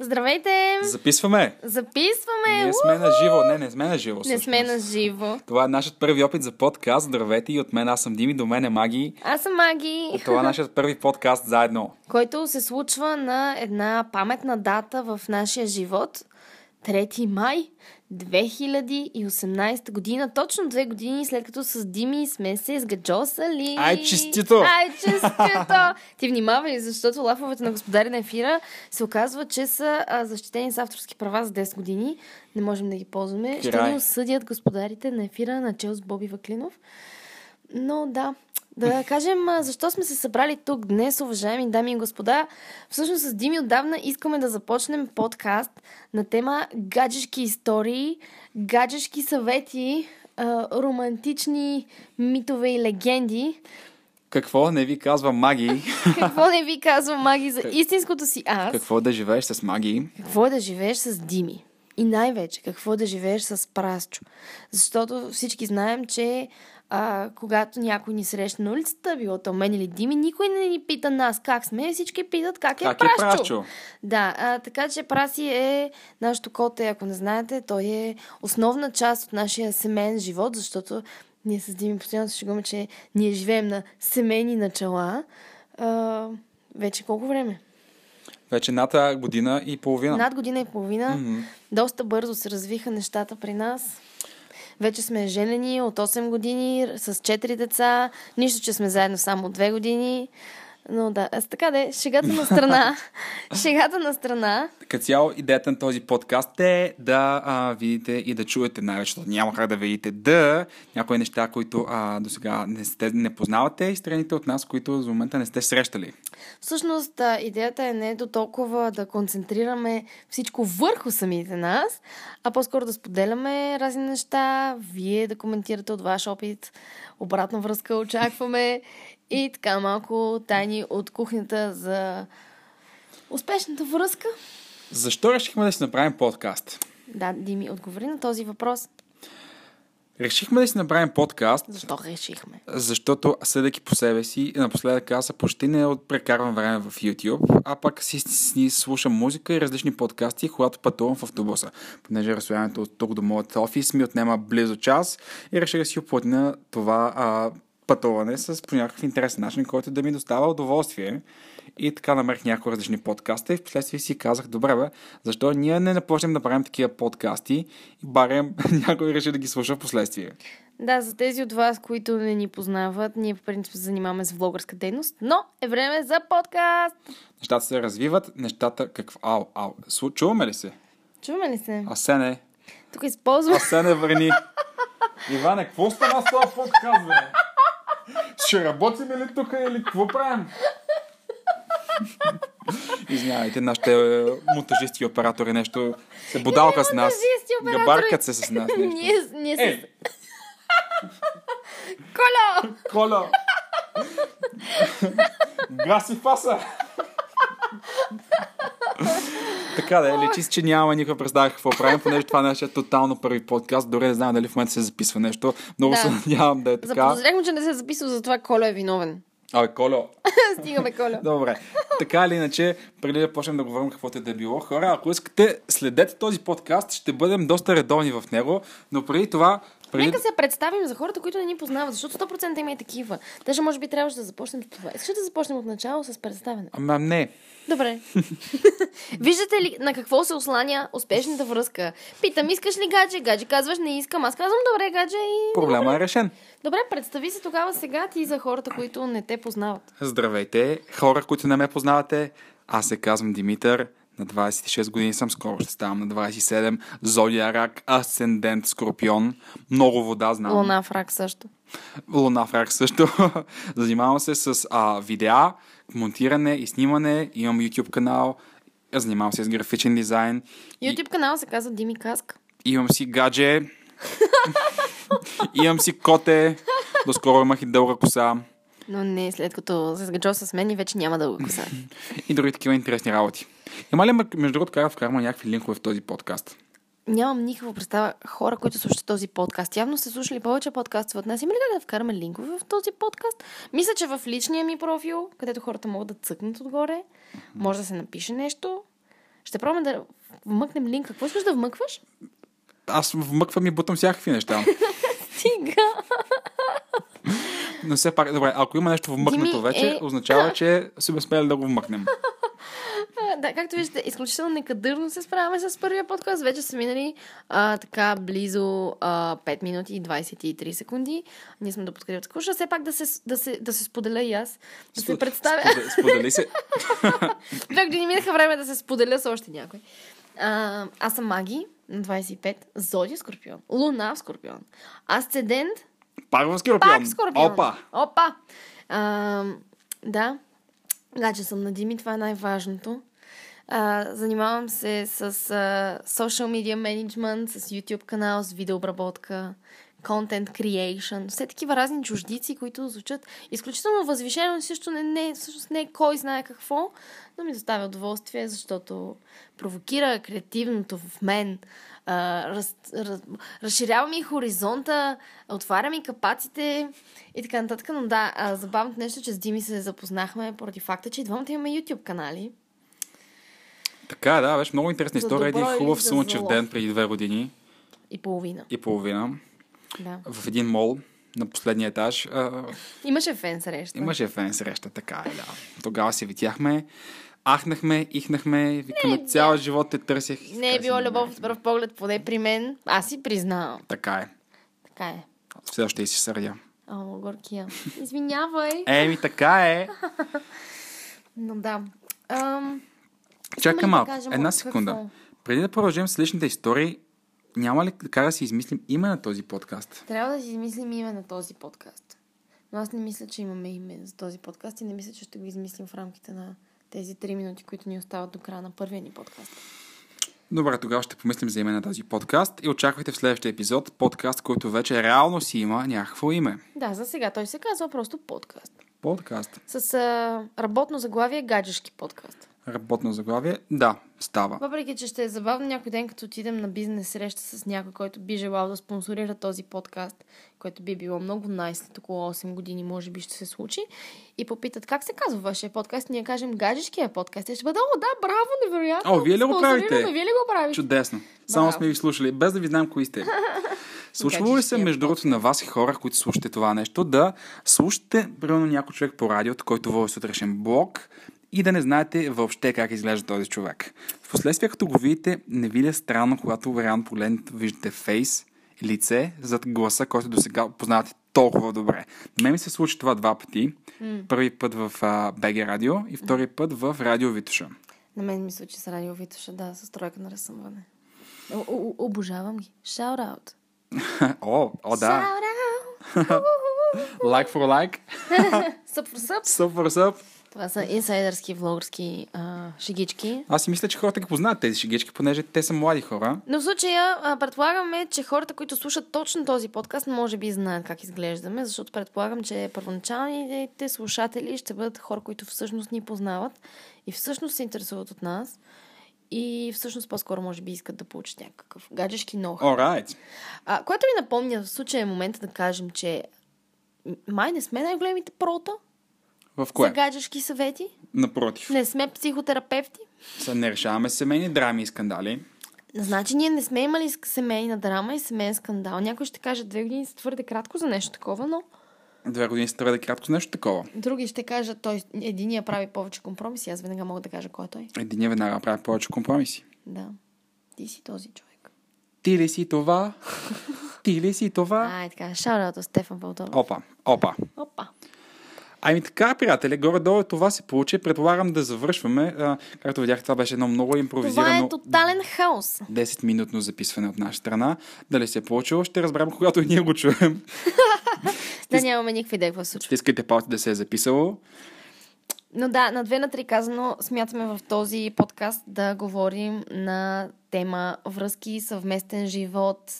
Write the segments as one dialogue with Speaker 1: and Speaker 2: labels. Speaker 1: Здравейте!
Speaker 2: Записваме!
Speaker 1: Записваме!
Speaker 2: Ние сме на живо. Не, не сме на живо.
Speaker 1: Е, Не
Speaker 2: всъщност.
Speaker 1: сме на живо.
Speaker 2: Това е нашият първи опит за подкаст. Здравейте и от мен аз съм Дими, до мен е Маги.
Speaker 1: Аз съм Маги,
Speaker 2: Това е нашият първи подкаст заедно.
Speaker 1: който се случва на една паметна дата в нашия живот. 3 май 2018 година, точно две години след като с Дими сме се сгаджосали.
Speaker 2: Ай, честито!
Speaker 1: Ай, честито! Ти внимавай, защото лафовете на господари на ефира се оказва, че са а, защитени с авторски права за 10 години. Не можем да ги ползваме. Ще
Speaker 2: Край.
Speaker 1: ни осъдят господарите на ефира, начало с Боби Ваклинов. Но да, да кажем а, защо сме се събрали тук днес, уважаеми дами и господа. Всъщност с Дими отдавна искаме да започнем подкаст на тема гаджешки истории, гаджешки съвети, а, романтични митове и легенди.
Speaker 2: Какво не ви казва Маги?
Speaker 1: Какво не ви казва Маги за истинското си аз?
Speaker 2: Какво е да живееш с Маги?
Speaker 1: Какво е да живееш с Дими? И най-вече, какво е да живееш с Прасчо? Защото всички знаем, че а, когато някой ни срещне на улицата, било то мен или Дими, никой не ни пита нас как сме, всички питат как е,
Speaker 2: Как е
Speaker 1: прасчо.
Speaker 2: Прасчо?
Speaker 1: Да, а, така че Праси е нашето коте, ако не знаете, той е основна част от нашия семейен живот, защото ние с Дими постоянно се шегуваме, че ние живеем на семейни начала. А, вече колко време?
Speaker 2: Вече над а, година и половина.
Speaker 1: Над година и половина.
Speaker 2: Мгм.
Speaker 1: Доста бързо се развиха нещата при нас. Вече сме женени от 8 години, с 4 деца. Нищо, че сме заедно само от 2 години. Но да, аз така да е, шегата на страна. шегата на страна.
Speaker 2: Като цяло идеята на този подкаст е да а, видите и да чуете най-вече, защото няма как да видите да някои неща, които а, до сега не, сте, не познавате и страните от нас, които за момента не сте срещали.
Speaker 1: Всъщност, а, идеята е не до толкова да концентрираме всичко върху самите нас, а по-скоро да споделяме разни неща, вие да коментирате от ваш опит, обратна връзка очакваме и така малко тайни от кухнята за успешната връзка.
Speaker 2: Защо решихме да си направим подкаст?
Speaker 1: Да, Дими, отговори на този въпрос.
Speaker 2: Решихме да си направим подкаст,
Speaker 1: Защо решихме?
Speaker 2: защото следвайки по себе си, напоследък аз почти не от- прекарвам време в YouTube, а пак си, си слушам музика и различни подкасти, когато пътувам в автобуса. Понеже разстоянието от тук до моят офис ми отнема близо час и реших да си оплътня това а, пътуване с по някакъв интересен начин, който да ми достава удоволствие. И така намерих някои различни подкаста и в последствие си казах, добре бе, защо ние не започнем да правим такива подкасти и барем някой реши да ги слуша в последствие.
Speaker 1: Да, за тези от вас, които не ни познават, ние по принцип се занимаваме с влогърска дейност, но е време за подкаст!
Speaker 2: Нещата се развиват, нещата какво... Ау, ау, слу- чуваме ли се?
Speaker 1: Чуваме ли се?
Speaker 2: Асене,
Speaker 1: Тук използвам
Speaker 2: Асене върни. Иване, какво стана с това подкаст, бе? Ще работим ли тук или какво правим? Извинявайте, нашите е, монтажисти и оператори нещо се бодалка с нас.
Speaker 1: монтажисти и оператори.
Speaker 2: Габаркат се с нас. нещо.
Speaker 1: Ние, ние с...
Speaker 2: Е,
Speaker 1: Коло!
Speaker 2: Коля! Гаси фаса! така да е, личи се, че нямаме никаква представа какво правим, понеже това е нашия тотално първи подкаст. Дори не знам дали в момента се записва нещо. Много
Speaker 1: Да.
Speaker 2: се надявам да е така.
Speaker 1: Заподозряхме, че не се е записал, затова Коло е виновен.
Speaker 2: Абе, Коло,
Speaker 1: Стигаме Коло.
Speaker 2: Добре. Така или иначе, преди да почнем да говорим каквото е да било, хора, ако искате, следете този подкаст, ще бъдем доста редовни в него, но преди това, преди
Speaker 1: Нека се представим за хората, които не ни познават, защото 100% има и такива. Даже може би трябваше да започнем с това. Искаш да започнем от начало с представяне.
Speaker 2: Ама не.
Speaker 1: Добре. Виждате ли на какво се осланя успешната връзка? Питам, искаш ли гадже? Гадже казваш, не искам. Аз казвам, добре, гадже и...
Speaker 2: Проблема е решен.
Speaker 1: Добре, представи се тогава сега ти за хората, които не те познават.
Speaker 2: Здравейте, хора, които не ме познавате. Аз се казвам Димитър, на 26 години съм, скоро ще ставам на 27. Зодия рак, асцендент скорпион, много вода знам.
Speaker 1: Луна в рак също.
Speaker 2: Луна в рак също. Занимавам се с а, видеа, монтиране и снимане. Имам YouTube канал, занимавам се с графичен дизайн. И-
Speaker 1: YouTube канал се казва Дими Каск.
Speaker 2: Имам си гадже. Имам си коте. Доскоро имах и дълга коса.
Speaker 1: Но не, след като се сгаджо с мен и вече няма дълга коса.
Speaker 2: и други такива интересни работи. Има ли, между другото, как да вкараме някакви линкове в този подкаст?
Speaker 1: Нямам никаква представа хора, които слушат този подкаст. Явно сте слушали повече подкасти от нас. Има ли как да вкараме линкове в този подкаст? Мисля, че в личния ми профил, където хората могат да цъкнат отгоре, може да се напише нещо. Ще пробваме да вмъкнем линк. Какво искаш да вмъкваш?
Speaker 2: Аз вмъквам и бутам всякакви неща.
Speaker 1: Стига!
Speaker 2: Но все пак, добре, ако има нещо вмъкнато
Speaker 1: Дими,
Speaker 2: вече,
Speaker 1: е-
Speaker 2: означава, че сме смели да го вмъкнем.
Speaker 1: А, Да, както виждате, изключително некадърно се справяме с първия подкаст. Вече са минали а, така близо а, 5 минути и 23 секунди. Ние сме до подкрепа такова. Все пак да се, да, се, да се споделя и аз. Да се
Speaker 2: Спо-
Speaker 1: представя.
Speaker 2: споде- Сподели се.
Speaker 1: Две години минаха време да се споделя с още някой. А, аз съм Маги, на 25, Зодия Скорпион, Луна в Скорпион, Асцендент
Speaker 2: Пак в Скорпион.
Speaker 1: пак Скорпион.
Speaker 2: Опа!
Speaker 1: Опа! А, да. Гадже съм на Дими, това е най-важното. А, занимавам се с а, social media management, с YouTube канал, с видеообработка, content creation, все такива разни чуждици, които звучат изключително възвишено, също не, не, всъщност не е кой знае какво, но ми доставя удоволствие, защото провокира креативното в мен, а, раз, раз, разширява ми хоризонта, отваря ми капаците и така нататък. Но да, а, забавното нещо, е, че с Дими се запознахме поради факта, че и двамата имаме YouTube канали.
Speaker 2: Така, да, беше много интересна
Speaker 1: За
Speaker 2: история. Един
Speaker 1: добро или
Speaker 2: хубав
Speaker 1: за
Speaker 2: слънчев
Speaker 1: зло?
Speaker 2: ден преди две години
Speaker 1: И половина.
Speaker 2: и половина
Speaker 1: Да.
Speaker 2: в един мол на последния етаж. А,
Speaker 1: Имаше фен среща.
Speaker 2: имаше фен среща, така е, да. Тогава се видяхме, ахнахме, ихнахме, викаме цял живот те търсех.
Speaker 1: Не е
Speaker 2: търсех,
Speaker 1: било
Speaker 2: не
Speaker 1: любов
Speaker 2: намерих.
Speaker 1: от пръв поглед, поне при мен. Аз си признавам.
Speaker 2: Така е.
Speaker 1: Така е.
Speaker 2: Все още и си сърдя.
Speaker 1: О, горкия. Извинявай.
Speaker 2: Еми, така е.
Speaker 1: Но да. Ам, искаме
Speaker 2: Чакай
Speaker 1: ли да
Speaker 2: малко.
Speaker 1: кажем
Speaker 2: Една
Speaker 1: какво?
Speaker 2: секунда. Преди да продължим с личните истории, няма ли така да си измислим име на този подкаст?
Speaker 1: Трябва да си измислим име на този подкаст. Но аз не мисля, че имаме име за този подкаст и не мисля, че ще го измислим в рамките на тези три минути, които ни остават до края на първия ни подкаст.
Speaker 2: Добре, тогава ще помислим за име на този подкаст и очаквайте в следващия епизод подкаст, който вече реално си има някакво име.
Speaker 1: Да, за сега той се казва просто подкаст.
Speaker 2: Подкаст.
Speaker 1: С а, работно заглавие гаджешки подкаст.
Speaker 2: Работно заглавие? Да, става.
Speaker 1: Въпреки, че ще е забавно някой ден, като отидем на бизнес среща с някой, който би желал да спонсорира този подкаст, което би било много най след около 8 години, може би ще се случи, и попитат как се казва вашия подкаст, ние кажем гаджешкия подкаст. И ще бъде, о, да, браво, невероятно.
Speaker 2: О, вие ли го
Speaker 1: спонсорираме,
Speaker 2: правите?
Speaker 1: Вие ли го правите?
Speaker 2: Чудесно. Само
Speaker 1: Браво.
Speaker 2: сме ви слушали, без да ви знаем кои сте. Случвало ли се,
Speaker 1: Гаджетския
Speaker 2: между другото, на вас и хора, които слушате това нещо, да слушате, примерно, някой човек по радиото, който води сутрешен блог и да не знаете въобще как изглежда този човек. Впоследствие, като го видите, не ви ли е странно, когато реално погледнете, виждате фейс, лице зад гласа, който до сега познавате толкова добре. На мен ми се случи това два пъти. Първи път в а, БГ Радио и втори път в Радио Витуша.
Speaker 1: На мен ми случи с Радио Витоша, да, с тройка на разсъмване. О, о, о, Обожавам ги. Shout out.
Speaker 2: О, о да.
Speaker 1: Shout out.
Speaker 2: Like for like.
Speaker 1: Съп for съп.
Speaker 2: Съп for съп.
Speaker 1: Това са инсайдърски, влогърски а, шегички.
Speaker 2: Аз си мисля, че хората ги познават тези шегички, понеже те са млади хора.
Speaker 1: Но в случая а, предполагаме, че хората, които слушат точно този подкаст, може би знаят как изглеждаме, защото предполагам, че първоначалните слушатели ще бъдат хора, които всъщност ни познават и всъщност се интересуват от нас и всъщност по-скоро може би искат да получат някакъв гаджешки нох.
Speaker 2: Alright.
Speaker 1: А, което ми напомня в случая е момента да кажем, че м- май не сме най-големите прота
Speaker 2: В
Speaker 1: за
Speaker 2: кое?
Speaker 1: гаджешки съвети.
Speaker 2: Напротив.
Speaker 1: Не сме психотерапевти.
Speaker 2: Сега не решаваме семейни драми и скандали.
Speaker 1: Значи ние не сме имали ск- семейна драма и семейен скандал. Някой ще каже две години са твърде кратко за нещо такова, но
Speaker 2: Две години се твърде кратко за нещо такова.
Speaker 1: други ще кажат, той единия прави повече компромиси. Аз веднага мога да кажа кой е той.
Speaker 2: Единия веднага прави повече компромиси.
Speaker 1: Да. Ти си този човек.
Speaker 2: Ти ли си това? Ти ли си това?
Speaker 1: А, е така. Шаурата Стефан Вълдонов.
Speaker 2: Опа, опа.
Speaker 1: Опа.
Speaker 2: Ами така, приятели, горе-долу това се получи. Предполагам да завършваме. А, както видях, това беше едно много
Speaker 1: Това
Speaker 2: импровизирано
Speaker 1: е тотален хаос.
Speaker 2: 10-минутно записване от наша страна. Дали се е получило, ще разберем, когато и ние го чуем.
Speaker 1: Да нямаме никаква идея какво се случва.
Speaker 2: Стискайте палци да се е записало.
Speaker 1: Но да, на две на три казано, смятаме в този подкаст да говорим на тема връзки, съвместен живот,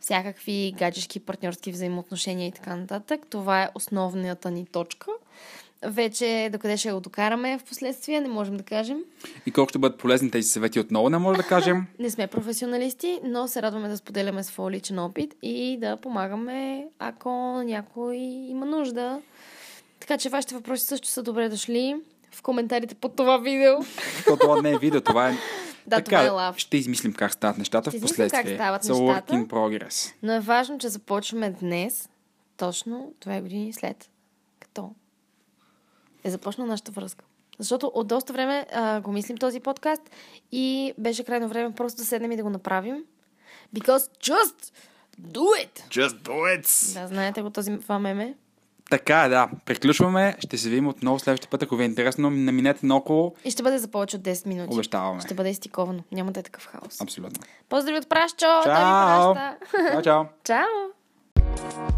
Speaker 1: всякакви гаджешки, партньорски взаимоотношения и така нататък. Това е основната ни точка. Вече докъде ще го докараме в последствие, не можем да кажем.
Speaker 2: И колко ще бъдат полезни тези съвети отново, не може да кажем.
Speaker 1: Не сме професионалисти, но се радваме да споделяме своя личен опит и да помагаме, ако някой има нужда. Така че вашите въпроси също са добре дошли в коментарите под това видео.
Speaker 2: То това не е видео, това е
Speaker 1: Да,
Speaker 2: така,
Speaker 1: това е лав.
Speaker 2: ще измислим как стават нещата
Speaker 1: Ще
Speaker 2: в
Speaker 1: измислим как
Speaker 2: последствие.
Speaker 1: стават
Speaker 2: It's a work in
Speaker 1: нещата.
Speaker 2: progress.
Speaker 1: Но е важно, че започваме днес, точно две години след, като е започнала нашата връзка. Защото от доста време а, го мислим този подкаст и беше крайно време просто да седнем и да го направим. Because just do it!
Speaker 2: Just do it!
Speaker 1: Да, знаете го този това меме.
Speaker 2: Така, е, да. Приключваме. Ще се видим отново следващия път. Ако ви е интересно, наминете наоколо.
Speaker 1: И ще бъде за повече от 10 минути.
Speaker 2: Обещаваме.
Speaker 1: Значи, Ще бъде стиковано. Няма да е такъв хаос.
Speaker 2: Абсолютно.
Speaker 1: Поздрави от Прашчо! Той ми
Speaker 2: Чао!
Speaker 1: праща.
Speaker 2: Чао, чао!
Speaker 1: Чао!